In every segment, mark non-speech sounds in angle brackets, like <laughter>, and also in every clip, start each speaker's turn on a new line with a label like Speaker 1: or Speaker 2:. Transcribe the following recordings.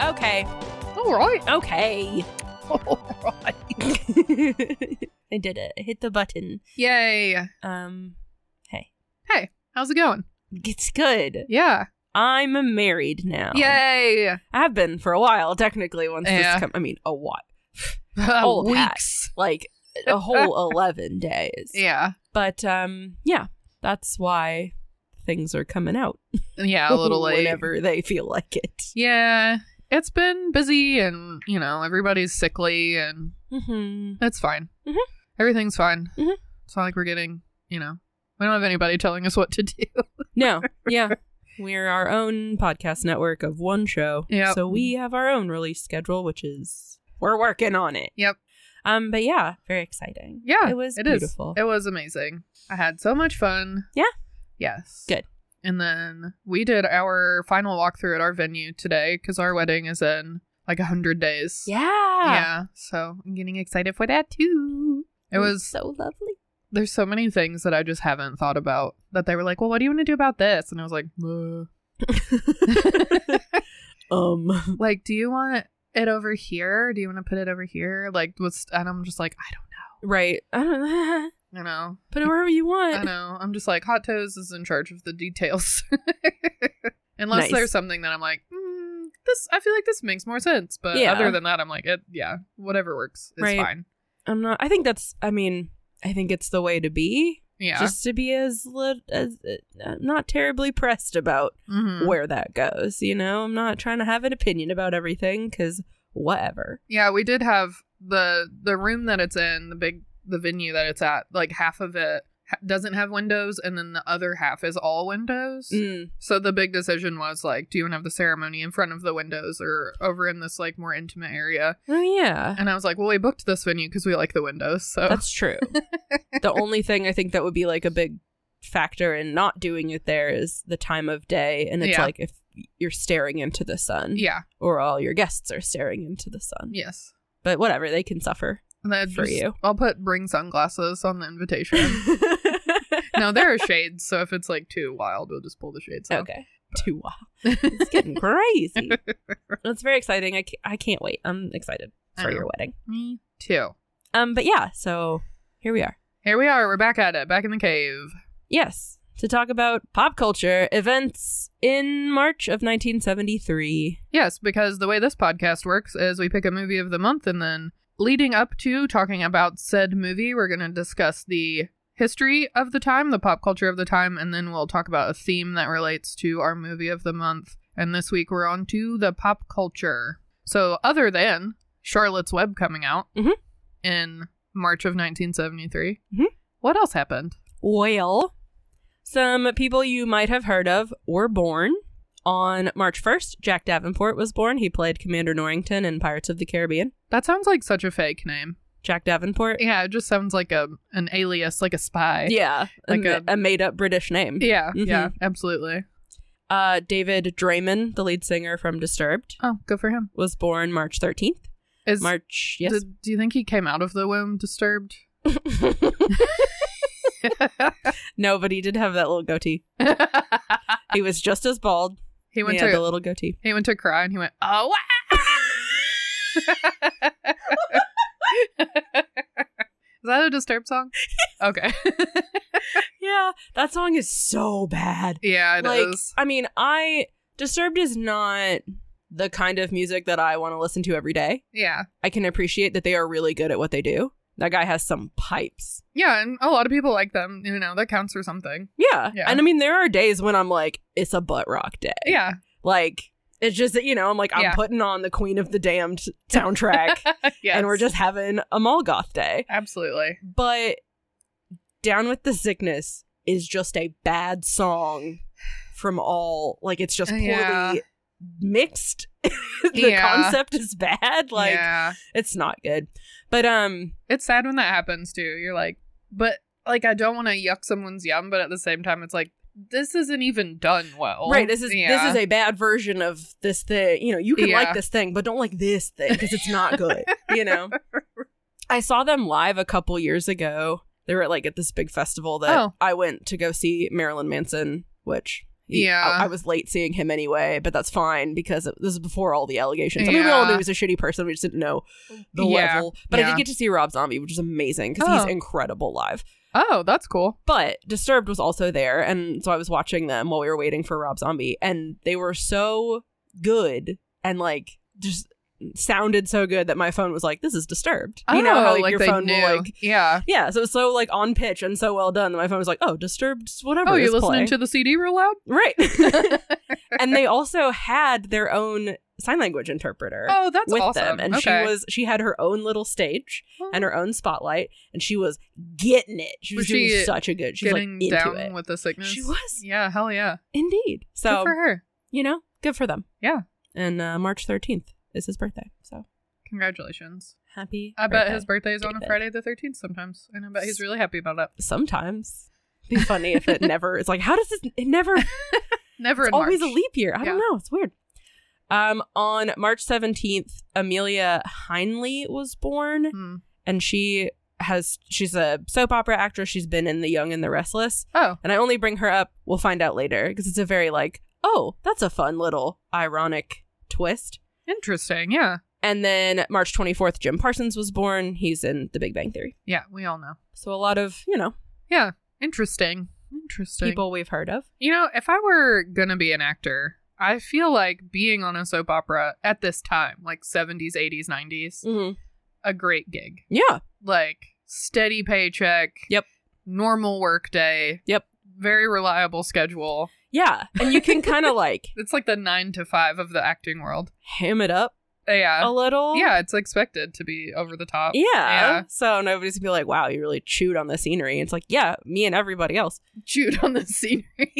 Speaker 1: Okay.
Speaker 2: All right. <laughs>
Speaker 1: Okay.
Speaker 2: All right.
Speaker 1: <laughs> I did it. I hit the button.
Speaker 2: Yay.
Speaker 1: Um, hey,
Speaker 2: Hey, how's it going?
Speaker 1: it's good.
Speaker 2: Yeah.
Speaker 1: I'm married now.
Speaker 2: Yay. <laughs>
Speaker 1: I've been for a while, technically. Once
Speaker 2: Yeah.
Speaker 1: this come, I mean, a while,
Speaker 2: Oh,
Speaker 1: Old hat. like a
Speaker 2: <laughs>
Speaker 1: whole eleven days.
Speaker 2: Yeah.
Speaker 1: But um, yeah, that's why things are coming out
Speaker 2: Yeah, a little
Speaker 1: <laughs>
Speaker 2: late.
Speaker 1: whenever they feel like it.
Speaker 2: Yeah. It's been busy and, you know, everybody's sickly and
Speaker 1: Mm-hmm.
Speaker 2: that's fine.
Speaker 1: Mhm.
Speaker 2: Everything's fine.
Speaker 1: Mhm.
Speaker 2: It's not like we're getting, you know, we don't have anybody telling us what to do. <laughs>
Speaker 1: No, yeah. We're our own podcast network of one show.
Speaker 2: Yep.
Speaker 1: So we have our own release schedule, which is we're working on it.
Speaker 2: Yep.
Speaker 1: Um, but yeah, very exciting.
Speaker 2: Yeah,
Speaker 1: It was
Speaker 2: it is.
Speaker 1: beautiful.
Speaker 2: It was amazing. I had so much fun.
Speaker 1: Yeah?
Speaker 2: Yes.
Speaker 1: Good.
Speaker 2: And then we did our final walkthrough at our venue today because our wedding is in like a hundred days.
Speaker 1: yeah.
Speaker 2: Yeah. So I'm getting excited for that too. It was
Speaker 1: so lovely.
Speaker 2: there's so many things that I just haven't thought about that they were like, well, what do you want to do about this? And I was like,
Speaker 1: <laughs>
Speaker 2: "Uh."
Speaker 1: um
Speaker 2: <laughs>
Speaker 1: <laughs>
Speaker 2: like, do you want it over here? Do you want to put it over here? Like, what's and I'm just like, I
Speaker 1: Right. <laughs> I don't know.
Speaker 2: don't, you know,
Speaker 1: Put it wherever you
Speaker 2: I
Speaker 1: want.
Speaker 2: know. I'm just like Hot Toes is in charge of the details. <laughs> Unless
Speaker 1: Nice.
Speaker 2: there's something that I'm like, mm, this. I feel like this makes more sense. But
Speaker 1: Yeah.
Speaker 2: other than that, I'm like, it, yeah, whatever works is
Speaker 1: Right.
Speaker 2: fine.
Speaker 1: I'm not I think that's I mean, I think it's the way to be.
Speaker 2: Yeah.
Speaker 1: Just to be as lit as uh, not terribly pressed about
Speaker 2: Mhm.
Speaker 1: where that goes, you know? I'm not trying to have an opinion about everything cuz whatever.
Speaker 2: Yeah, we did have the the room that it's in, the big the venue that it's at. Like half of it ha- doesn't have windows, and then the other half is all windows.
Speaker 1: Mm.
Speaker 2: So the big decision was like, do you want to have the ceremony in front of the windows or over in this like more intimate area?
Speaker 1: Oh yeah.
Speaker 2: And I was like, well, we booked this venue because we like the windows. So
Speaker 1: That's
Speaker 2: <laughs>
Speaker 1: true. the only thing I think that would be like a big factor in not doing it there is the time of day. And it's
Speaker 2: Yeah.
Speaker 1: like if you're staring into the sun
Speaker 2: yeah,
Speaker 1: or all your guests are staring into the sun.
Speaker 2: yes.
Speaker 1: But whatever, they can
Speaker 2: <laughs>
Speaker 1: suffer. <laughs>
Speaker 2: And then
Speaker 1: For
Speaker 2: just-
Speaker 1: you.
Speaker 2: I'll put bring sunglasses on the
Speaker 1: <laughs>
Speaker 2: invitation. no, there are shades, so if it's like too wild, we'll just pull the shades off.
Speaker 1: okay. Too wild. It's getting
Speaker 2: <laughs>
Speaker 1: crazy. It's very exciting. I can't, I can't wait. I'm excited
Speaker 2: I
Speaker 1: for
Speaker 2: know.
Speaker 1: your wedding.
Speaker 2: Me too.
Speaker 1: Um, but yeah, so here we are.
Speaker 2: Here we are. We're back at it. Back in the cave.
Speaker 1: Yes, to talk about pop culture events in March of 1973.
Speaker 2: Yes, because the way this podcast works is we pick a movie of the month and then leading up to talking about said movie, we're going to discuss the history of the time, the pop culture of the time, and then we'll talk about a theme that relates to our movie of the month. And this week we're on to the pop culture. So, other than Charlotte's Web coming out
Speaker 1: Mhm.
Speaker 2: in March of 1973,
Speaker 1: Mhm.
Speaker 2: what else happened?
Speaker 1: Well, some people you might have heard of were born. On March 1st, Jack Davenport was born. He played Commander Norrington in Pirates of the Caribbean.
Speaker 2: That sounds like such a fake name.
Speaker 1: Jack Davenport.
Speaker 2: Yeah, it just sounds like a an alias, like a spy.
Speaker 1: Yeah.
Speaker 2: Like
Speaker 1: a, a made up British name.
Speaker 2: Yeah,
Speaker 1: Mhm.
Speaker 2: yeah, absolutely.
Speaker 1: Uh, David Draymond, the lead singer from Disturbed,
Speaker 2: Oh, good for him.
Speaker 1: was born March 13th.
Speaker 2: Is
Speaker 1: March, yes. <laughs>
Speaker 2: <laughs> did- do you think he came out of the womb disturbed?
Speaker 1: no, but he did have that little goatee. He was just as bald.
Speaker 2: he went
Speaker 1: he had
Speaker 2: to
Speaker 1: the little goatee.
Speaker 2: he went to cry and he went, "Oh wow!" <laughs> Is that a disturbed song?
Speaker 1: <laughs>
Speaker 2: Okay. <laughs>
Speaker 1: Yeah, that song is so bad.
Speaker 2: yeah, it is.
Speaker 1: like I mean, I Disturbed is not the kind of music that I want to listen to every day.
Speaker 2: Yeah.
Speaker 1: I can appreciate that they are really good at what they do, That guy has some pipes.
Speaker 2: Yeah, and a lot of people like them. You know, that counts for something.
Speaker 1: Yeah.
Speaker 2: Yeah.
Speaker 1: And I mean, there are days when I'm like, it's a butt rock day.
Speaker 2: Yeah. <laughs>
Speaker 1: Like, it's just that, you know, I'm like, I'm
Speaker 2: Yeah.
Speaker 1: putting on the Queen of the Damned soundtrack
Speaker 2: <laughs> yes.
Speaker 1: and we're just having a Molgoth day.
Speaker 2: Absolutely.
Speaker 1: But Down with the Sickness is just a bad song from all, like, it's just poorly
Speaker 2: Uh, Yeah.
Speaker 1: mixed. <laughs> the
Speaker 2: Yeah.
Speaker 1: concept is bad. Like,
Speaker 2: yeah.
Speaker 1: it's not good. But, um,
Speaker 2: It's sad when that happens too. You're like, but like I don't want to yuck someone's yum, but at the same time it's like this isn't even done well.
Speaker 1: Right. This is
Speaker 2: Yeah.
Speaker 1: this is a bad version of this thing. You know, you can like
Speaker 2: Yeah.
Speaker 1: this thing, but don't like this thing because it's not
Speaker 2: <laughs>
Speaker 1: good. you know. I saw them live a couple years ago. They were at, like at this big festival that
Speaker 2: Oh.
Speaker 1: I went to go see Marilyn Manson, which. he-
Speaker 2: Yeah.
Speaker 1: I, I was late seeing him anyway, but that's fine because it, this is before all the allegations. I mean, we
Speaker 2: Yeah.
Speaker 1: all knew he was a shitty person. We just didn't know the
Speaker 2: Yeah.
Speaker 1: level. But I
Speaker 2: Yeah.
Speaker 1: did get to see Rob Zombie, which is amazing because
Speaker 2: Oh.
Speaker 1: he's incredible live.
Speaker 2: Oh, that's cool.
Speaker 1: But Disturbed was also there, and so I was watching them while we were waiting for Rob Zombie, and they were so good and like just sounded so good that my phone was like, "This is Disturbed." You know how
Speaker 2: Oh,
Speaker 1: like, your
Speaker 2: they
Speaker 1: phone
Speaker 2: knew.
Speaker 1: will like. <laughs>
Speaker 2: Yeah.
Speaker 1: Yeah, so it was so like on pitch and so well done that my phone was like, "Oh, Disturbed, whatever."
Speaker 2: Oh,
Speaker 1: is
Speaker 2: you're listening
Speaker 1: playing."
Speaker 2: to the CD real loud?
Speaker 1: <laughs>
Speaker 2: <laughs>
Speaker 1: right? and they also had their own sign language interpreter
Speaker 2: Oh, that's
Speaker 1: with
Speaker 2: awesome.
Speaker 1: them, and
Speaker 2: Okay. Oh,
Speaker 1: she was she had her own little stage and her own spotlight, and she was getting it. She was,
Speaker 2: Was she
Speaker 1: doing such a good. She was like
Speaker 2: getting
Speaker 1: into
Speaker 2: down
Speaker 1: it.
Speaker 2: with the sickness.
Speaker 1: She was
Speaker 2: Yeah, hell yeah.
Speaker 1: indeed.
Speaker 2: Good
Speaker 1: So
Speaker 2: for her.
Speaker 1: you know, good for them.
Speaker 2: Yeah.
Speaker 1: And uh, March thirteenth is his birthday, so
Speaker 2: Congratulations.
Speaker 1: happy.
Speaker 2: I bet
Speaker 1: birthday.
Speaker 2: his birthday is on a
Speaker 1: David.
Speaker 2: Friday the 13th sometimes, and I bet he's really happy about it.
Speaker 1: Sometimes be funny if it
Speaker 2: <laughs>
Speaker 1: never. It's like how does this? It never. It's
Speaker 2: Never in
Speaker 1: always
Speaker 2: March.
Speaker 1: a leap year. I don't
Speaker 2: Yeah.
Speaker 1: know. It's weird. Um, on March seventeenth, Amelia Heinley was born.
Speaker 2: Hmm.
Speaker 1: and she has she's a soap opera actress. She's been in The Young and the Restless,
Speaker 2: Oh,
Speaker 1: and I only bring her up. We'll find out later because it's a very like, oh, that's a fun little ironic twist.
Speaker 2: interesting. Yeah.
Speaker 1: And then March 24th, Jim Parsons was born. He's in The Big Bang Theory.
Speaker 2: Yeah, we all know.
Speaker 1: So a lot of you know
Speaker 2: Yeah, interesting. Interesting.
Speaker 1: people we've heard of.
Speaker 2: You know, if I were going to be an actor, I feel like being on a soap opera at this time, like 70s, 80s, 90s,
Speaker 1: Mm-hmm.
Speaker 2: a great gig.
Speaker 1: Yeah,
Speaker 2: Like steady paycheck.
Speaker 1: Yep.
Speaker 2: Normal work day.
Speaker 1: Yep.
Speaker 2: Very reliable schedule.
Speaker 1: yeah, and you can kind of <laughs> like
Speaker 2: It's like the 9 to 5 of the acting world. Uh,
Speaker 1: ham it up
Speaker 2: Yeah.
Speaker 1: a little.
Speaker 2: yeah, it's expected to be over the top.
Speaker 1: Oh. Yeah.
Speaker 2: Yeah.
Speaker 1: So nobody's gonna be like, wow, you really chewed on the scenery. It's like, yeah, me and everybody else.
Speaker 2: Chewed on the <laughs> scenery.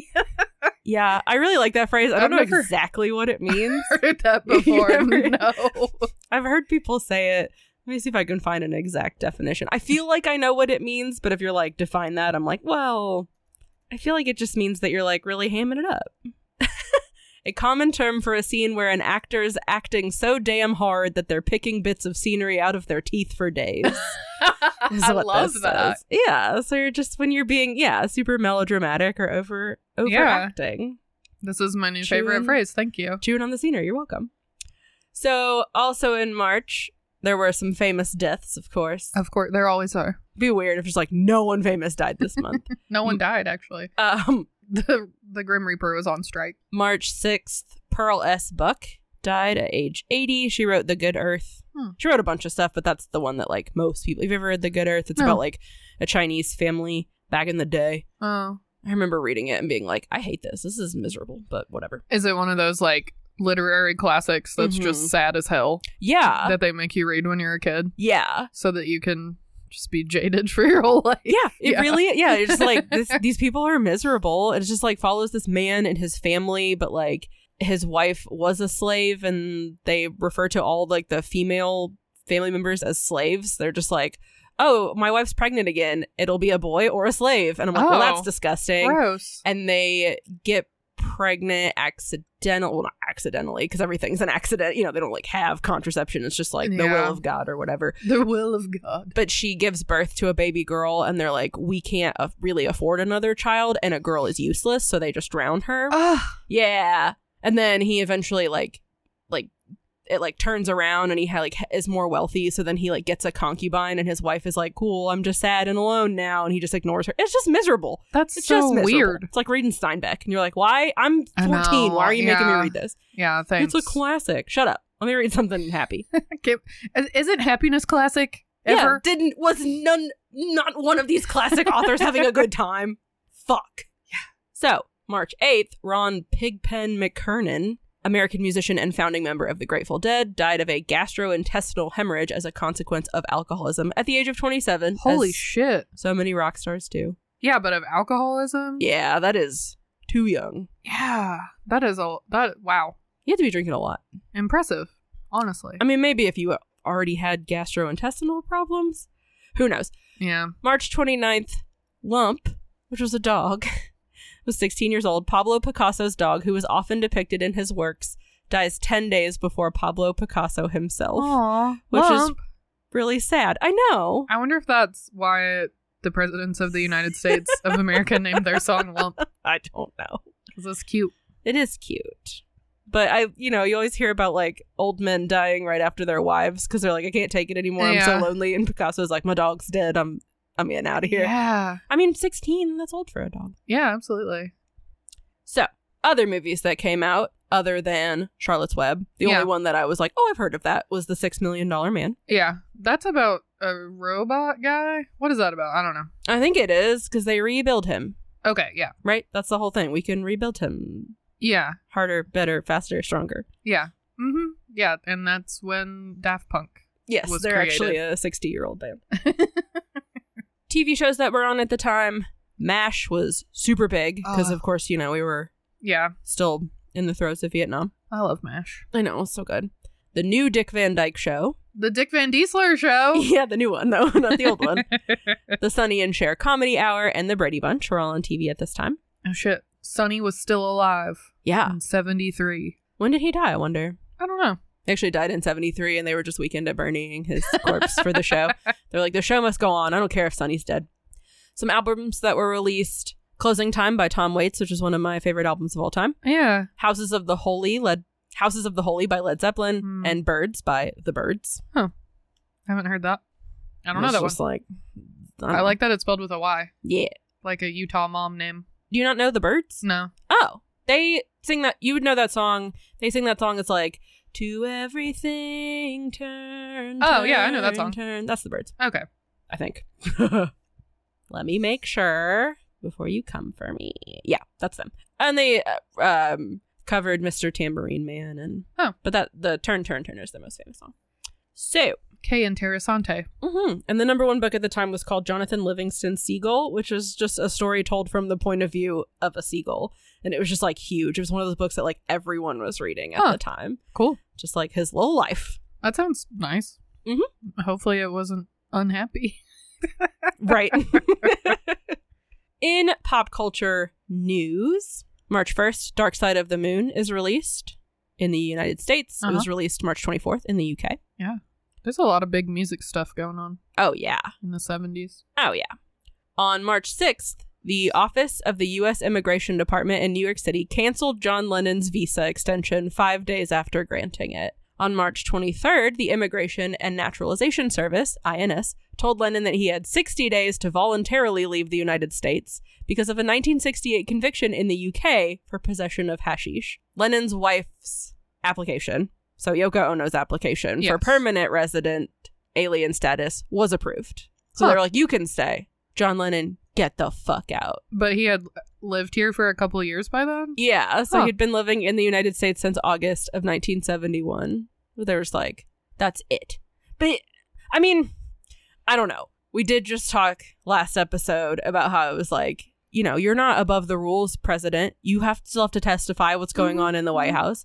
Speaker 1: Yeah, I really like that phrase. I don't
Speaker 2: I've
Speaker 1: know
Speaker 2: never-
Speaker 1: exactly what it means.
Speaker 2: Heard that
Speaker 1: <laughs> You
Speaker 2: before.
Speaker 1: never- <laughs>
Speaker 2: no.
Speaker 1: I've heard people say it. Let me see if I can find an exact definition. I feel like I know what it means, but if you're like, define that, I'm like, well, I feel like it just means that you're like really hamming it up. <laughs> a common term for a scene where an actor's acting so damn hard that they're picking bits of scenery out of their teeth for
Speaker 2: <laughs>
Speaker 1: days. is
Speaker 2: <laughs> I
Speaker 1: what
Speaker 2: love
Speaker 1: this
Speaker 2: that.
Speaker 1: is. Yeah. So you're just when you're being, yeah, super melodramatic or over overacting.
Speaker 2: This is my new
Speaker 1: Chewing-
Speaker 2: favorite phrase. Thank you.
Speaker 1: Chewing on the scenery. You're welcome. So, also in March, there were some famous deaths, of course.
Speaker 2: Of course, there always are.
Speaker 1: Be weird if it's like no one famous died this
Speaker 2: <laughs>
Speaker 1: month.
Speaker 2: No one died actually. <laughs>
Speaker 1: um,
Speaker 2: The the Grim Reaper was on strike.
Speaker 1: March 6th, Pearl S. Buck died at age 80. She wrote The Good Earth.
Speaker 2: Hmm.
Speaker 1: She wrote a bunch of stuff, but that's the one that like most people. Have you ever read The Good Earth? It's
Speaker 2: No.
Speaker 1: about like a Chinese family back in the day.
Speaker 2: Oh,
Speaker 1: I remember reading it and being like, I hate this. This is miserable, but whatever.
Speaker 2: is it one of those like literary classics that's
Speaker 1: Mhm.
Speaker 2: just sad as hell
Speaker 1: Yeah.
Speaker 2: that they make you read when you're a kid
Speaker 1: yeah.
Speaker 2: so that you can just be jaded <laughs> for your whole life?
Speaker 1: Yeah, it
Speaker 2: Yeah.
Speaker 1: really. Yeah, it's just like
Speaker 2: <laughs>
Speaker 1: this, these people are miserable. It just like follows this man and his family, but like his wife was a slave, and they refer to all like the female family members as slaves. They're just like, oh, my wife's pregnant again. It'll be a boy or a slave, and I'm like, well, that's
Speaker 2: Oh.
Speaker 1: disgusting.
Speaker 2: Gross.
Speaker 1: And they get pregnant accidental well not accidentally because everything's an accident you know they don't like have contraception it's just like the
Speaker 2: Yeah.
Speaker 1: will of god or whatever
Speaker 2: The will of God.
Speaker 1: but she gives birth to a baby girl and they're like we can't af- really afford another child and a girl is useless so they just drown her
Speaker 2: Ah,
Speaker 1: yeah and then he eventually like like it like turns around and he ha- like is more wealthy so then he like gets a concubine and his wife is like cool i'm just sad and alone now and he just ignores her it's just miserable
Speaker 2: that's
Speaker 1: it's
Speaker 2: so
Speaker 1: just miserable.
Speaker 2: weird.
Speaker 1: it's like reading steinbeck and you're like why i'm
Speaker 2: I
Speaker 1: 14
Speaker 2: know,
Speaker 1: why are you making me
Speaker 2: yeah.
Speaker 1: read this
Speaker 2: Yeah, thanks.
Speaker 1: it's a classic shut up let me read something happy
Speaker 2: Is- Isn't happiness classic?
Speaker 1: Yeah,
Speaker 2: ever.
Speaker 1: didn't was none not one of these classic authors having a
Speaker 2: <laughs>
Speaker 1: good time. Fuck. Yeah. So March eighth, Ron Pigpen McKernan, American musician and founding member of the Grateful Dead, died of a gastrointestinal hemorrhage as a consequence of alcoholism at the age of twenty seven.
Speaker 2: Holy
Speaker 1: as
Speaker 2: shit.
Speaker 1: So many rock stars do.
Speaker 2: Yeah, but of alcoholism?
Speaker 1: Yeah, that is too young.
Speaker 2: Yeah. That is a that wow.
Speaker 1: You have to be drinking a lot.
Speaker 2: Impressive, honestly.
Speaker 1: I mean, maybe if you already had gastrointestinal problems, who knows?
Speaker 2: yeah.
Speaker 1: March 29th, Lump, which was a dog, <laughs> was 16 years old. Pablo Picasso's dog, who was often depicted in his works, dies 10 days before Pablo Picasso himself.
Speaker 2: Aw,
Speaker 1: which
Speaker 2: lump.
Speaker 1: is really sad. I know.
Speaker 2: I wonder if that's why the presidents of the United States of America named their song Lump.
Speaker 1: I don't know.
Speaker 2: This is cute.
Speaker 1: It is cute. But I, you know, you always hear about like old men dying right after their wives because they're like, I can't take it anymore. I'm
Speaker 2: Yeah.
Speaker 1: so lonely. And Picasso's like, my dog's dead. I'm, I'm in out of here.
Speaker 2: Yeah.
Speaker 1: I mean, 16, that's old for a dog.
Speaker 2: Yeah, absolutely.
Speaker 1: So, other movies that came out other than Charlotte's Web, the
Speaker 2: Yeah.
Speaker 1: only one that I was like, oh, I've heard of that was The Six Million Dollar Man.
Speaker 2: Yeah. That's about a robot guy. What is that about? I don't know.
Speaker 1: I think it is because they rebuild him,
Speaker 2: Okay, yeah.
Speaker 1: right? That's the whole thing. We can rebuild him
Speaker 2: Yeah.
Speaker 1: harder, better, faster, stronger.
Speaker 2: Yeah. Mm-hmm. Yeah. And that's when Daft Punk. <laughs>
Speaker 1: Yes,
Speaker 2: Was
Speaker 1: they're
Speaker 2: created.
Speaker 1: actually a 60 year old band. TV shows that were on at the time MASH was super big because,
Speaker 2: Ugh.
Speaker 1: of course, you know, we were
Speaker 2: Yeah.
Speaker 1: still in the throes of Vietnam.
Speaker 2: I love MASH.
Speaker 1: I know, it's so good. The new Dick Van Dyke show.
Speaker 2: The Dick Van Diesler <laughs> show.
Speaker 1: <laughs> Yeah, the new one, though, not the old one.
Speaker 2: <laughs>
Speaker 1: the Sunny and Cher Comedy Hour, and the Brady Bunch were all on TV at this time.
Speaker 2: oh shit. Sonny was still alive
Speaker 1: Yeah.
Speaker 2: in 73.
Speaker 1: When did he die, I wonder?
Speaker 2: I don't know.
Speaker 1: Actually died in 73 and they were just weekend at burning his corpse for the
Speaker 2: <laughs>
Speaker 1: show. They're like, the show must go on. I don't care if Sonny's dead. Some albums that were released. Closing Time by Tom Waits, which is one of my favorite albums of all time.
Speaker 2: Yeah.
Speaker 1: Houses of the Holy led Houses of the Holy by Led Zeppelin
Speaker 2: Hmm.
Speaker 1: and Birds by The Birds.
Speaker 2: Haven't heard that. I don't know
Speaker 1: It's
Speaker 2: that one.
Speaker 1: just Like, don't
Speaker 2: I
Speaker 1: know.
Speaker 2: like that it's spelled with a Y,
Speaker 1: Yeah.
Speaker 2: like a Utah mom name.
Speaker 1: Do you not know The Birds?
Speaker 2: No.
Speaker 1: Oh, they sing that. You would know that song. They sing that song. It's like to everything turn.
Speaker 2: Oh, yeah, I know that
Speaker 1: turn,
Speaker 2: song.
Speaker 1: Turn. That's the birds,
Speaker 2: Okay.
Speaker 1: I think. <laughs> Let me make sure before you come for me. Yeah, that's them. And they uh, um, covered Mr. Tambourine Man and
Speaker 2: Oh.
Speaker 1: but that the turn turn turn is their most famous song. So,
Speaker 2: K and Terrasante.
Speaker 1: hmm and the number one book at the time was called Jonathan Livingston Seagull, which is just a story told from the point of view of a seagull. And it was just like huge. It was one of those books that like everyone was reading at
Speaker 2: Huh.
Speaker 1: the time,
Speaker 2: Cool.
Speaker 1: just like his low life. <laughs>
Speaker 2: That sounds nice.
Speaker 1: Mhm.
Speaker 2: Hopefully, it wasn't unhappy. <laughs>
Speaker 1: Right. <laughs> In pop culture news, March 1st, Dark Side of the Moon is released in the United States. It was released March 24th in the UK.
Speaker 2: There's a lot of big music stuff going on
Speaker 1: Oh, yeah.
Speaker 2: in the 70s.
Speaker 1: Oh, yeah. On March 6th, the Office of the U.S. Immigration Department in New York City canceled John Lennon's visa extension five days after granting it. On March 23rd, the Immigration and Naturalization Service, INS, told Lennon that he had 60 days to voluntarily leave the United States because of a 1968 conviction in the UK for possession of hashish. Lennon's wife's application, so Yoko Ono's application for
Speaker 2: Yes.
Speaker 1: permanent resident alien status, was approved. So
Speaker 2: Huh.
Speaker 1: they're like, you can stay. John Lennon, get the fuck out.
Speaker 2: But he had lived here for a couple of years by then?
Speaker 1: Yeah. So
Speaker 2: Huh.
Speaker 1: he'd been living in the United States since August of 1971. There was like, that's it. But it- I mean, I don't know. We did just talk last episode about how it was like, you know, you're not above the rules, president. You have still have to testify what's going on in the White
Speaker 2: Mhm.
Speaker 1: House.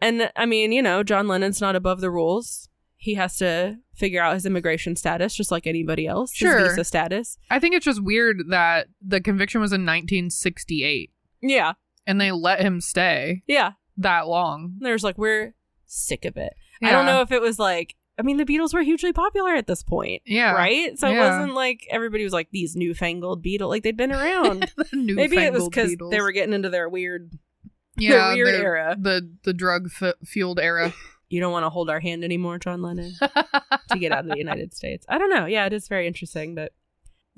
Speaker 1: And I mean, you know, John Lennon's not above the rules. He has to figure out his immigration status just like anybody else. his
Speaker 2: Sure.
Speaker 1: visa status.
Speaker 2: I think it's just weird that the conviction was in 1968
Speaker 1: Yeah.
Speaker 2: and they let him stay
Speaker 1: Yeah.
Speaker 2: that long.
Speaker 1: And there's like, we're sick of it. I don't
Speaker 2: Yeah.
Speaker 1: know if it was like, I mean, the Beatles were hugely popular at this point,
Speaker 2: Yeah. <laughs>
Speaker 1: right? So it
Speaker 2: Yeah.
Speaker 1: wasn't like everybody was like these newfangled Beatles, like they'd
Speaker 2: <laughs>
Speaker 1: been around.
Speaker 2: Newfangled
Speaker 1: Maybe it was because
Speaker 2: Beatles.
Speaker 1: they were getting into their weird,
Speaker 2: yeah,
Speaker 1: their weird
Speaker 2: the-
Speaker 1: era.
Speaker 2: The, the drug f-
Speaker 1: <laughs>
Speaker 2: fueled era.
Speaker 1: You don't want to hold our hand anymore, John Lennon, to get
Speaker 2: <laughs>
Speaker 1: out of the United States. I don't know. Yeah, it is very interesting, but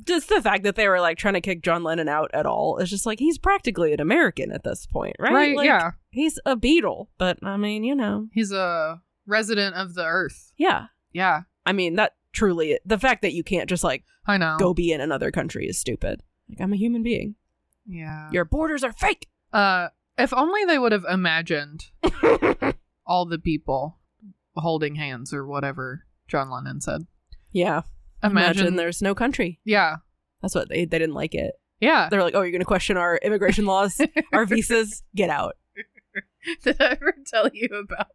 Speaker 1: just the fact that they were like trying to kick John Lennon out at all is just like he's practically an American at this point, right?
Speaker 2: right?
Speaker 1: Like,
Speaker 2: yeah.
Speaker 1: he's a Beatle, but I mean, you know,
Speaker 2: He's a resident of the earth.
Speaker 1: yeah.
Speaker 2: Yeah.
Speaker 1: I mean, that truly the fact that you can't just like
Speaker 2: I know.
Speaker 1: go be in another country is stupid. Like I'm a human being.
Speaker 2: Yeah.
Speaker 1: Your borders are fake.
Speaker 2: Uh, if only they would have imagined all the people holding hands or whatever John Lennon said.
Speaker 1: Yeah.
Speaker 2: Imagine,
Speaker 1: there's no country.
Speaker 2: Yeah.
Speaker 1: That's what they they didn't like it.
Speaker 2: Yeah.
Speaker 1: They're like, "Oh, you're going to question our <laughs> immigration laws, our visas? Get out."
Speaker 2: <laughs> Did I ever tell you about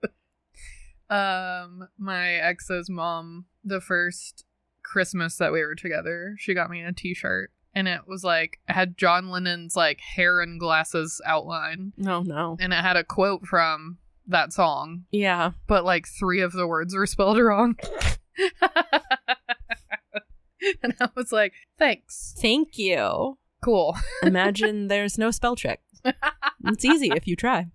Speaker 2: <laughs> um my ex's mom? The first Christmas that we were together, she got me a T-shirt, and it was like it had John Lennon's like hair and glasses outline,
Speaker 1: No, no.
Speaker 2: and it had a quote from that song,
Speaker 1: Yeah.
Speaker 2: but like three of the words were spelled <laughs> wrong. and I was like, "Thanks,
Speaker 1: Thank you.
Speaker 2: cool."
Speaker 1: Imagine <laughs> there's no spell check. It's easy if you try.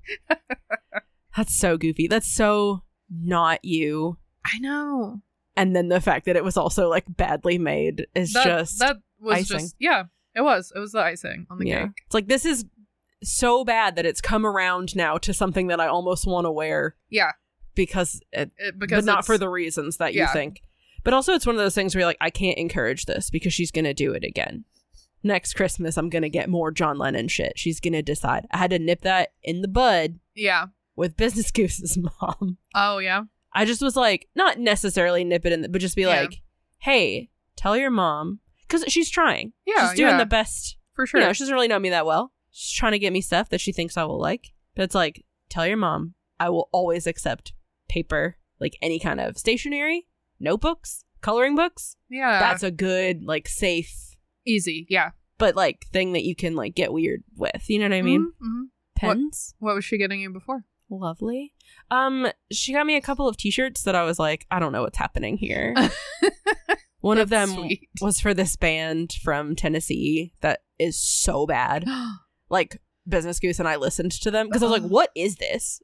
Speaker 1: That's so goofy. That's so not you.
Speaker 2: I know.
Speaker 1: And then the fact that it was also like badly made is
Speaker 2: that,
Speaker 1: just
Speaker 2: that was
Speaker 1: icing.
Speaker 2: just yeah. It was. It was the icing on the
Speaker 1: yeah.
Speaker 2: cake.
Speaker 1: It's like this is so bad that it's come around now to something that I almost want to wear
Speaker 2: Yeah,
Speaker 1: because it,
Speaker 2: it, because
Speaker 1: but not
Speaker 2: it's-
Speaker 1: for the reasons that you
Speaker 2: yeah.
Speaker 1: think. But also, it's one of those things where you're like, I can't encourage this because she's going to do it again. Next Christmas, I'm going to get more John Lennon shit. She's going to decide. I had to nip that in the bud
Speaker 2: yeah.
Speaker 1: with Business <laughs> Goose's mom.
Speaker 2: Oh yeah,
Speaker 1: I just was like, not necessarily nip it in, the, but just be
Speaker 2: Yeah.
Speaker 1: like, hey, tell your mom. Because she's trying.
Speaker 2: yeah.
Speaker 1: she's doing
Speaker 2: yeah,
Speaker 1: the best.
Speaker 2: for sure.
Speaker 1: You know, she doesn't really know me that well. She's trying to get me stuff that she thinks I will like. But it's like, tell your mom, I will always accept paper, like any kind of stationery, notebooks, coloring books.
Speaker 2: yeah,
Speaker 1: That's a good, like, safe,
Speaker 2: easy. Yeah,
Speaker 1: but like thing that you can like get weird with. You know what I mean?
Speaker 2: Mhm, mhm. What-
Speaker 1: Pens.
Speaker 2: what was she getting you before?
Speaker 1: Lovely. Um, she got me a couple of t-shirts that I was like, I don't know what's happening here.
Speaker 2: <laughs>
Speaker 1: One of them <gasps>
Speaker 2: That's sweet. <gasps>
Speaker 1: was for this band from Tennessee that is so bad.
Speaker 2: Oh,
Speaker 1: Like Business Goose and I listened to them because I was like, what is this?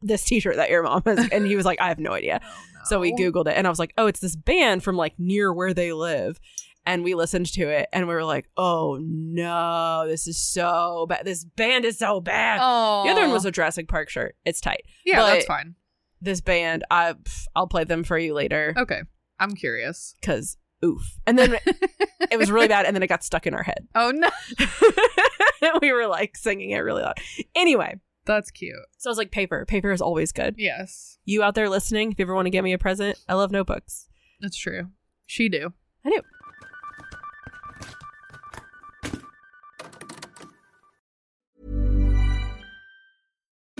Speaker 1: This t-shirt that your mom has and he was like, I have no idea. So we
Speaker 2: No.
Speaker 1: googled it and I was like, oh, it's this band from like near where they live. And we listened to it and we were like, oh no, this is so bad. This band is so bad.
Speaker 2: Oh,
Speaker 1: The other one was a Jurassic Park shirt. It's tight.
Speaker 2: yeah. that's
Speaker 1: but-
Speaker 2: fine.
Speaker 1: This band, I pff, I'll play them for you later
Speaker 2: Okay, I'm
Speaker 1: <laughs>
Speaker 2: curious.
Speaker 1: because oof. And then it was really bad, and then it got stuck in our head. <laughs>
Speaker 2: Oh no,
Speaker 1: we were like singing it really loud. Anyway,
Speaker 2: that's cute.
Speaker 1: so I was like, paper. Paper is always good.
Speaker 2: Yes,
Speaker 1: You out there listening? If you ever want to get me a present, I love notebooks.
Speaker 2: that's true. She do.
Speaker 1: I do.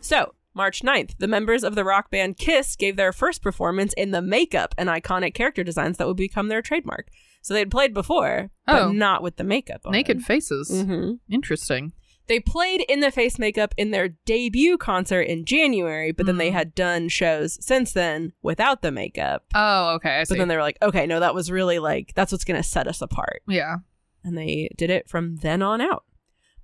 Speaker 1: So, March 9th, the members of the rock band Kiss gave their first performance in the makeup and iconic character designs that would become their trademark. So they'd played before,
Speaker 2: Oh.
Speaker 1: but not with the makeup on.
Speaker 2: Naked faces.
Speaker 1: Mm-hmm.
Speaker 2: Interesting.
Speaker 1: They played in the face makeup in their debut concert in January, but then
Speaker 2: Mm-hmm.
Speaker 1: they had done shows since then without the makeup.
Speaker 2: Oh, okay. I see.
Speaker 1: But then they were like, okay, no, that was really like, that's what's going to set us apart.
Speaker 2: yeah.
Speaker 1: And they did it from then on out.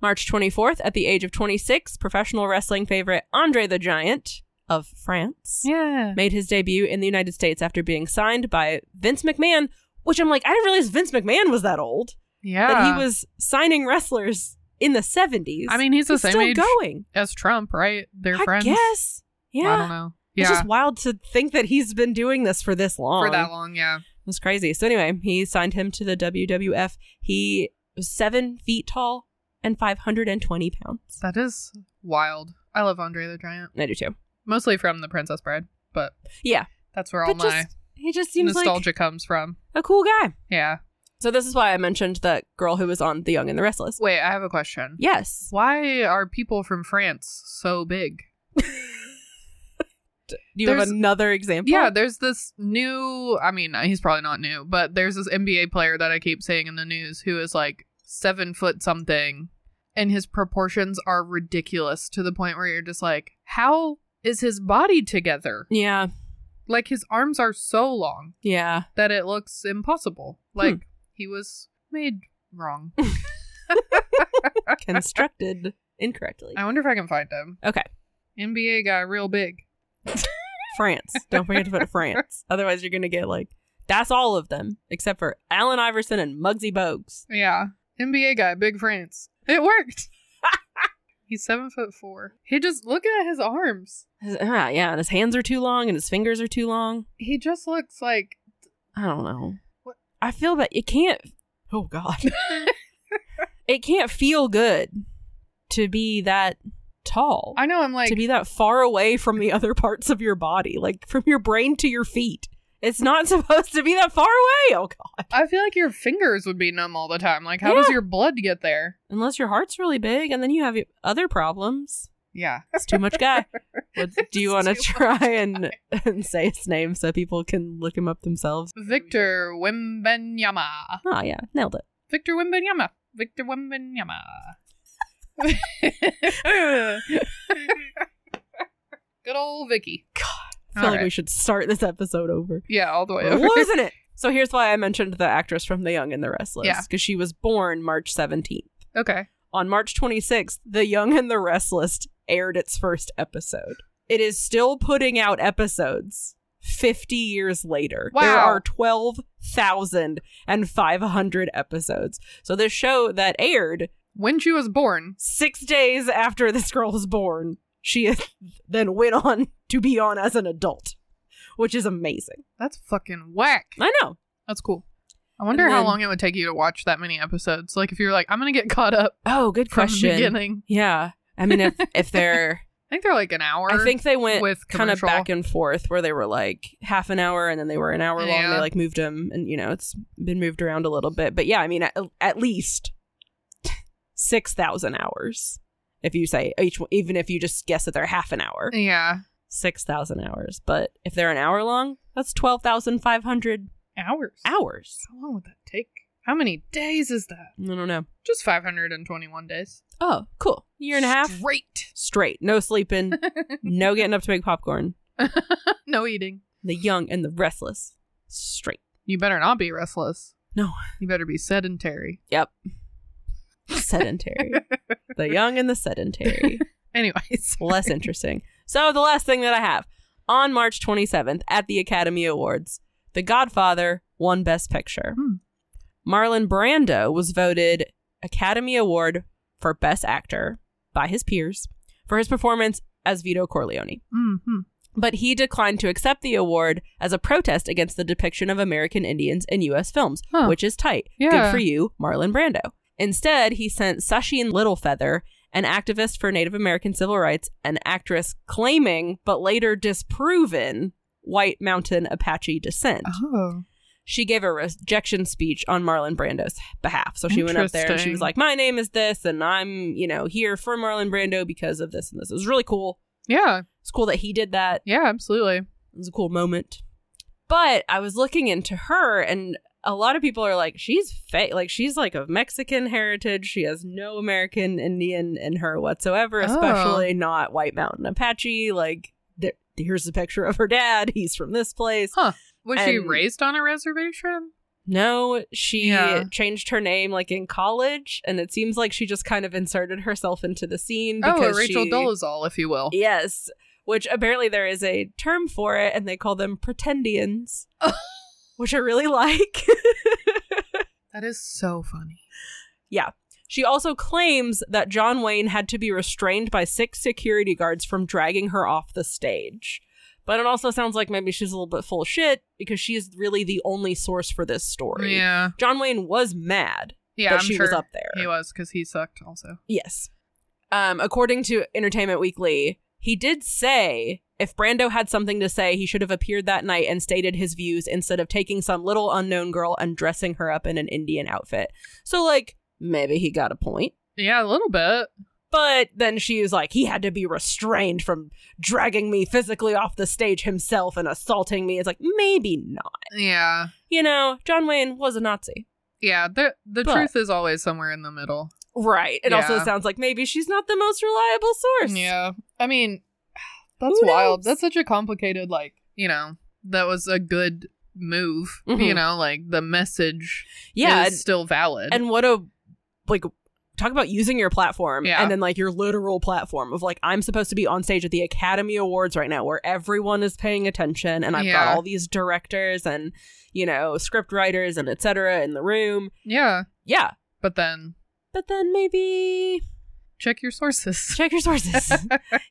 Speaker 1: March 24th, at the age of 26, professional wrestling favorite Andre the Giant of France
Speaker 2: Yeah.
Speaker 1: made his debut in the United States after being signed by Vince McMahon, which I'm like, I didn't realize Vince McMahon was that old.
Speaker 2: Yeah.
Speaker 1: That he was signing wrestlers in the 70s.
Speaker 2: I mean, he's the same
Speaker 1: still
Speaker 2: age
Speaker 1: going.
Speaker 2: as Trump, right? They're
Speaker 1: I
Speaker 2: friends.
Speaker 1: guess. Yeah.
Speaker 2: I don't know.
Speaker 1: It's
Speaker 2: Yeah.
Speaker 1: just wild to think that he's been doing this for this long.
Speaker 2: For that long, yeah.
Speaker 1: It's crazy. So anyway, he signed him to the WWF. He was seven feet tall and 520 pounds.
Speaker 2: That is wild. I love Andre the Giant,
Speaker 1: I do too.
Speaker 2: mostly from The Princess Bride, but
Speaker 1: Yeah.
Speaker 2: that's where all
Speaker 1: but
Speaker 2: my
Speaker 1: just, he just seems
Speaker 2: nostalgia comes from.
Speaker 1: like a cool guy.
Speaker 2: Yeah.
Speaker 1: So this is why I mentioned that girl who was on The Young and the Restless.
Speaker 2: Wait, I have a question.
Speaker 1: Yes.
Speaker 2: Why are people from France so big?
Speaker 1: Do you have
Speaker 2: There's-
Speaker 1: another example?
Speaker 2: Yeah, there's this new. I mean, uh, he's probably not new, but there's this NBA player that I keep seeing in the news who is like seven foot something, and his proportions are ridiculous to the point where you're just like, how is his body together?
Speaker 1: Yeah.
Speaker 2: Like his arms are so long <laughs>
Speaker 1: Yeah.
Speaker 2: that it looks impossible. Like he was made wrong.
Speaker 1: Constructed incorrectly.
Speaker 2: I wonder if I can find him.
Speaker 1: Okay.
Speaker 2: NBA guy, real big.
Speaker 1: France. Don't forget to put
Speaker 2: <laughs>
Speaker 1: France. Otherwise, you're going to get like, that's all of them except for Allen Iverson and Muggsy Bogues.
Speaker 2: Yeah. NBA guy, big France. It worked. <laughs> He's seven foot four. He just look at his arms.
Speaker 1: His- ah, yeah. And his hands are too long and his fingers are too long.
Speaker 2: He just looks like
Speaker 1: I don't know.
Speaker 2: What-
Speaker 1: I feel that it can't. Oh, God.
Speaker 2: <laughs>
Speaker 1: it can't feel good to be that tall.
Speaker 2: I know I'm like
Speaker 1: to be that far away from the other parts of your body, like from your brain to your feet. It's not <laughs> supposed to be that far away. Oh god.
Speaker 2: I feel like your fingers would be numb all the time. Like how does
Speaker 1: Yeah.
Speaker 2: your blood get there?
Speaker 1: Unless your heart's really big and then you have other problems.
Speaker 2: Yeah.
Speaker 1: It's too much
Speaker 2: <laughs>
Speaker 1: guy. What, do you want to
Speaker 2: It's too
Speaker 1: try and, <laughs> and say his name so people can look him up themselves?
Speaker 2: Victor Wimbenyama.
Speaker 1: Oh yeah, nailed it.
Speaker 2: Victor Wimbenyama.
Speaker 1: <laughs>
Speaker 2: Victor Wimbenyama. Good old Vicky.
Speaker 1: I feel like we should start this episode over.
Speaker 2: Yeah, all the way <laughs> over.
Speaker 1: Wasn't it? So here's why I mentioned the actress from The Young and the Restless.
Speaker 2: Yeah.
Speaker 1: Because she was born March 17th.
Speaker 2: Okay.
Speaker 1: on March 26th, The Young and the Restless aired its first episode. It is still putting out episodes 50 years later. There
Speaker 2: Wow.
Speaker 1: are 12,500 episodes. So this show that aired
Speaker 2: When she was born,
Speaker 1: 6 days after this girl was born, she <laughs> then went on to be on as an adult, which is amazing.
Speaker 2: That's fucking whack.
Speaker 1: I know.
Speaker 2: That's cool. I wonder
Speaker 1: And
Speaker 2: how
Speaker 1: then-
Speaker 2: long it would take you to watch that many episodes. Like if you're like, I'm gonna get caught up
Speaker 1: Oh, good
Speaker 2: from the
Speaker 1: question.
Speaker 2: beginning.
Speaker 1: Yeah. I mean if
Speaker 2: <laughs>
Speaker 1: if they're
Speaker 2: I think they're like an hour.
Speaker 1: I think they went
Speaker 2: with
Speaker 1: kind of
Speaker 2: commercial.
Speaker 1: back and forth where they were like half an hour and then they were an hour long.
Speaker 2: Yeah.
Speaker 1: They like moved them and you know it's been moved around a little bit, but yeah, I mean at, at least six thousand hours if you say each one, even if you just guess that they're half an hour,
Speaker 2: yeah,
Speaker 1: six thousand hours. But if they're an hour long, that's twelve thousand five hundred
Speaker 2: hours.
Speaker 1: hours.
Speaker 2: How long would that take? How many days is that?
Speaker 1: I don't know.
Speaker 2: Just 521 days.
Speaker 1: Oh, cool. Year and a half
Speaker 2: Great.
Speaker 1: <laughs> straight, no sleeping,
Speaker 2: <laughs>
Speaker 1: no getting up to make popcorn.
Speaker 2: no eating.
Speaker 1: The young and the restless, straight.
Speaker 2: You better not be restless.
Speaker 1: No.
Speaker 2: You better be sedentary. <laughs>
Speaker 1: Yep. Sedentary. the young and the sedentary.
Speaker 2: Anyways,
Speaker 1: Less interesting. So, the last thing that I have on March 27th at the Academy Awards, The Godfather won Best Picture.
Speaker 2: Hmm.
Speaker 1: Marlon Brando was voted Academy Award for Best Actor by his peers for his performance as Vito Corleone.
Speaker 2: <laughs> mm-hmm.
Speaker 1: But he declined to accept the award as a protest against the depiction of American Indians in U.S. films,
Speaker 2: Huh.
Speaker 1: which is tight.
Speaker 2: Yeah.
Speaker 1: Good for you, Marlon Brando. Instead, he sent Sachin Littlefeather, an activist for Native American civil rights, an actress claiming, but later disproven, White Mountain Apache descent.
Speaker 2: oh,
Speaker 1: She gave a rejection speech on Marlon Brando's behalf. So she went up there and she
Speaker 2: Interesting.
Speaker 1: was like, My name is this, and I'm, you know, here for Marlon Brando because of this and this. It was really cool.
Speaker 2: yeah,
Speaker 1: It's cool that he did that.
Speaker 2: yeah, absolutely.
Speaker 1: It was a cool moment. But I was looking into her, and a lot of people are like, she's fake. Like, she's like of Mexican heritage. She has no American Indian in her whatsoever,
Speaker 2: Oh.
Speaker 1: especially not White Mountain Apache. Like, there- here's a picture of her dad. <laughs> He's from this place.
Speaker 2: Huh. Was she
Speaker 1: And-
Speaker 2: raised on a reservation?
Speaker 1: No, she
Speaker 2: Yeah.
Speaker 1: changed her name like in college, and it seems like she just kind of inserted herself into the scene.
Speaker 2: Oh, a
Speaker 1: because
Speaker 2: Rachel
Speaker 1: she-
Speaker 2: Dolezal, if you <laughs> will.
Speaker 1: Yes. Which apparently there is a term for it, and they call them
Speaker 2: <laughs>
Speaker 1: pretendians, which I really like. <laughs>
Speaker 2: That is so funny.
Speaker 1: yeah. She also claims that John Wayne had to be restrained by six security guards from dragging her off the stage. But it also sounds like maybe she's a little bit full of shit because she is really the only source for this story.
Speaker 2: Yeah.
Speaker 1: John Wayne was mad
Speaker 2: Yeah,
Speaker 1: that
Speaker 2: I'm
Speaker 1: she
Speaker 2: sure
Speaker 1: was up there.
Speaker 2: He was because he sucked also.
Speaker 1: Yes. Um, according to Entertainment Weekly, he did say if Brando had something to say, he should have appeared that night and stated his views instead of taking some little unknown girl and dressing her up in an Indian outfit. So, like, maybe he got a point.
Speaker 2: Yeah, a little bit.
Speaker 1: But then she was like, he had to be restrained from dragging me physically off the stage himself and assaulting me. It's like, maybe not.
Speaker 2: Yeah.
Speaker 1: You know, John Wayne was a Nazi.
Speaker 2: Yeah, the the
Speaker 1: But-
Speaker 2: truth is always somewhere in the middle.
Speaker 1: Right. It also
Speaker 2: Yeah.
Speaker 1: sounds like maybe she's not the most reliable source.
Speaker 2: Yeah. I mean, <sighs> that's
Speaker 1: Who
Speaker 2: wild.
Speaker 1: knows?
Speaker 2: That's such a complicated like, you know, that was a good move, you
Speaker 1: Mhm.
Speaker 2: know, like the message
Speaker 1: Yeah.
Speaker 2: is still valid.
Speaker 1: and what a like talk about using your platform
Speaker 2: Yeah.
Speaker 1: and then like your literal platform of like i'm supposed to be on stage at the academy awards right now where everyone is paying attention and i've
Speaker 2: Yeah.
Speaker 1: got all these directors and you know script writers and etc in the room
Speaker 2: yeah,
Speaker 1: yeah
Speaker 2: but then
Speaker 1: but then maybe
Speaker 2: check your sources.
Speaker 1: check your sources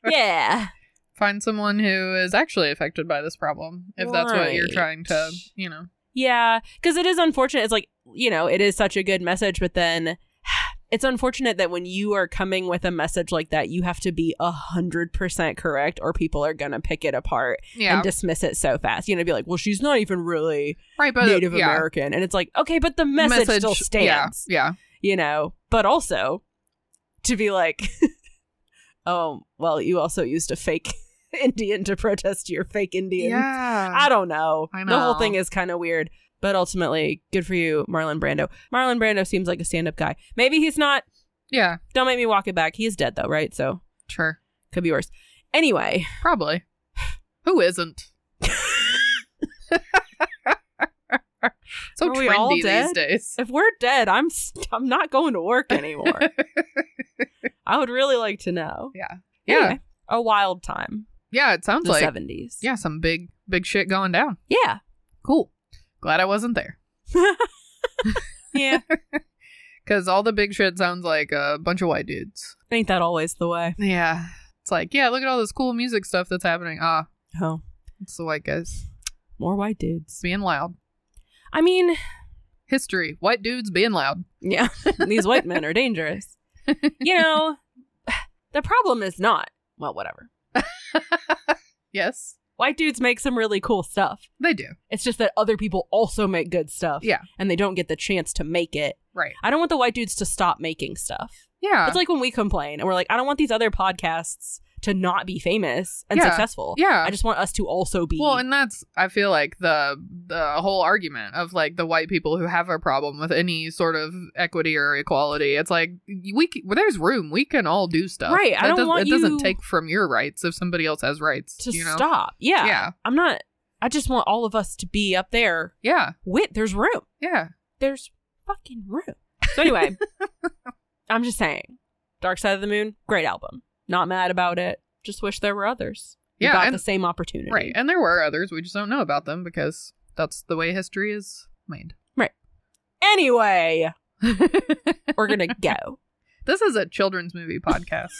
Speaker 1: yeah
Speaker 2: <laughs> Find someone who is actually affected by this problem if that's what you're
Speaker 1: Right.
Speaker 2: trying to, you know.
Speaker 1: yeah because it is unfortunate it's like you know it is such a good message but then <sighs> it's unfortunate that when you are coming with a message like that you have to be a hundred percent correct or people are gonna pick it apart
Speaker 2: Yeah.
Speaker 1: and dismiss it so fast. You know, be like, well, she's not even really
Speaker 2: right, but uh,
Speaker 1: Native
Speaker 2: yeah.
Speaker 1: American. And it's like, okay, but the message, still
Speaker 2: yeah,
Speaker 1: stands,
Speaker 2: Yeah.
Speaker 1: you know, but also to be like, <laughs> oh, well, you also used a fake <laughs> Indian to protest your fake Indian.
Speaker 2: Yeah.
Speaker 1: I don't know.
Speaker 2: I
Speaker 1: The whole
Speaker 2: know.
Speaker 1: thing is kind of weird. But ultimately, good for you, Marlon Brando. Marlon Brando seems like a stand up guy. Maybe he's not.
Speaker 2: Yeah,
Speaker 1: Don't make me walk it back. He is dead, though, right? So
Speaker 2: sure.
Speaker 1: could be worse. Anyway,
Speaker 2: Probably. Who isn't? so
Speaker 1: Are we all
Speaker 2: trendy these
Speaker 1: dead?
Speaker 2: days.
Speaker 1: if we're dead, I'm st- I'm not going to work
Speaker 2: <laughs>
Speaker 1: anymore. I would really like to know. <laughs>
Speaker 2: Yeah. Yeah.
Speaker 1: Anyway, a wild time.
Speaker 2: Yeah, it sounds
Speaker 1: The
Speaker 2: like
Speaker 1: seventies.
Speaker 2: yeah, some big big shit going down.
Speaker 1: Yeah.
Speaker 2: Cool. Glad I wasn't there. <laughs>
Speaker 1: Yeah.
Speaker 2: Cuz all the big shit sounds like a bunch of white dudes.
Speaker 1: Ain't that always the way?
Speaker 2: Yeah. It's like, yeah, look at all this cool music stuff that's happening. Ah,
Speaker 1: Oh,
Speaker 2: it's the white guys.
Speaker 1: more white
Speaker 2: It's
Speaker 1: dudes.
Speaker 2: being loud.
Speaker 1: I mean,
Speaker 2: History. White dudes being loud.
Speaker 1: yeah, <laughs> these white men are dangerous.
Speaker 2: <laughs>
Speaker 1: You know, the problem is not well, whatever.
Speaker 2: Yes.
Speaker 1: White dudes make some really cool stuff.
Speaker 2: They do.
Speaker 1: It's just that other people also make good stuff.
Speaker 2: Yeah.
Speaker 1: And they don't get the chance to make it.
Speaker 2: Right.
Speaker 1: I don't want the white dudes to stop making stuff.
Speaker 2: Yeah.
Speaker 1: It's like when we complain and we're like, I don't want these other podcasts to not be famous and
Speaker 2: Yeah.
Speaker 1: successful.
Speaker 2: Yeah.
Speaker 1: I just want us to also be.
Speaker 2: Well, and that's I feel like the the whole argument of like the white people who have a problem with any sort of equity or equality. It's like we c- well, there's room. We can all do stuff.
Speaker 1: Right, I
Speaker 2: That
Speaker 1: don't
Speaker 2: does-
Speaker 1: want
Speaker 2: it doesn't
Speaker 1: you-
Speaker 2: take from your rights if somebody else has rights.
Speaker 1: to
Speaker 2: you know?
Speaker 1: stop. Yeah.
Speaker 2: Yeah.
Speaker 1: I'm not, I just want all of us to be up there
Speaker 2: Yeah.
Speaker 1: with, there's room.
Speaker 2: Yeah.
Speaker 1: There's fucking room. So,
Speaker 2: <laughs>
Speaker 1: anyway, I'm just saying Dark Side of the Moon, great album. Not mad about it. Just wish there were others. who
Speaker 2: Yeah,
Speaker 1: got
Speaker 2: and-
Speaker 1: the same opportunity.
Speaker 2: Right. And there were others. We just don't know about them because that's the way history is made.
Speaker 1: Anyway,
Speaker 2: <laughs>
Speaker 1: we're going to go.
Speaker 2: This is a
Speaker 1: <laughs>
Speaker 2: children's movie podcast.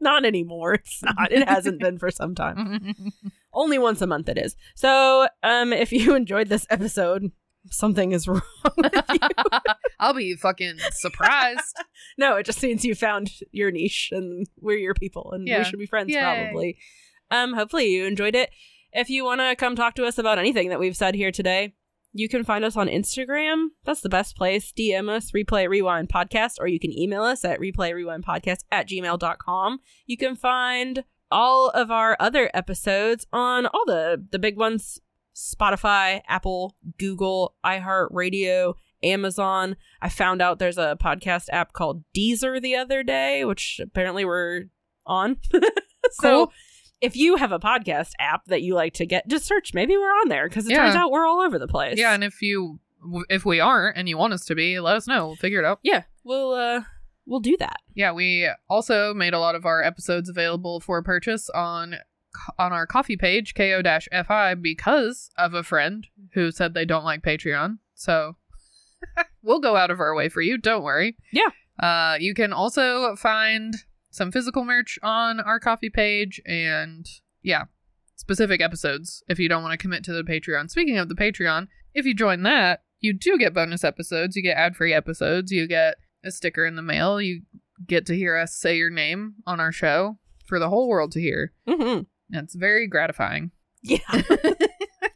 Speaker 1: Not anymore. It's not. It hasn't been for some time.
Speaker 2: <laughs>
Speaker 1: only once a month it is so um if you enjoyed this episode something is wrong
Speaker 2: I'll be fucking surprised.
Speaker 1: no it just means you found your niche and we're your people and
Speaker 2: Yeah.
Speaker 1: we should be friends
Speaker 2: Yay.
Speaker 1: probably um hopefully you enjoyed it if you want to come talk to us about anything that we've said here today you can find us on instagram that's the best place dm us replay rewind podcast or you can email us at replay rewind podcast at gmail.com you can find all of our other episodes on all the the big ones Spotify, Apple, Google, iHeartRadio, Amazon. I found out there's a podcast app called Deezer the other day, which apparently we're on. <laughs> so
Speaker 2: Cool.
Speaker 1: if you have a podcast app that you like to get, just search. Maybe we're on there because it
Speaker 2: Yeah.
Speaker 1: turns out we're all over the place.
Speaker 2: yeah, and if you if we aren't and you want us to be, let us know. We'll figure it out.
Speaker 1: yeah, we'll uh, we'll do that.
Speaker 2: Yeah, we also made a lot of our episodes available for purchase on on our coffee page ko-fi because of a friend who said they don't like Patreon. So <laughs> we'll go out of our way for you, don't worry.
Speaker 1: Yeah.
Speaker 2: Uh you can also find some physical merch on our coffee page and yeah, specific episodes if you don't want to commit to the Patreon. Speaking of the Patreon, if you join that, you do get bonus episodes, you get ad free episodes, you get a sticker in the mail, you get to hear us say your name on our show for the whole world to hear.
Speaker 1: Mm-hmm.
Speaker 2: That's very gratifying.
Speaker 1: Yeah,
Speaker 2: <laughs>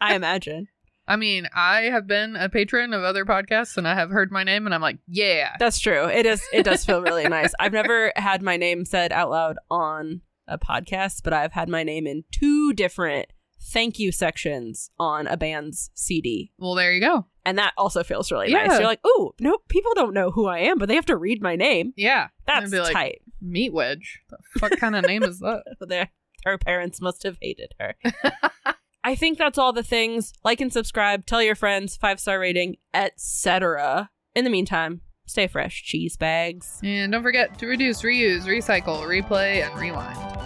Speaker 1: I imagine.
Speaker 2: I mean, I have been a patron of other podcasts and I have heard my name and I'm like, yeah.
Speaker 1: <laughs> That's true. It is. It does feel really nice. I've never had my name said out loud on a podcast, but I've had my name in two different thank you sections on a band's CD,
Speaker 2: Well, there you go.
Speaker 1: and that also feels really
Speaker 2: Yeah.
Speaker 1: nice. You're like, oh, no, people don't know who I am, but they have to read my name.
Speaker 2: Yeah.
Speaker 1: That's
Speaker 2: I'd be like,
Speaker 1: tight. <laughs>
Speaker 2: Meat wedge. The fuck kind of name is that?
Speaker 1: Their her parents must have hated
Speaker 2: <laughs>
Speaker 1: her. I think that's all the things. Like and subscribe. Tell your friends. Five star rating, etc. In the meantime, stay fresh, cheese bags.
Speaker 2: And don't forget to reduce, reuse, recycle, replay, and rewind.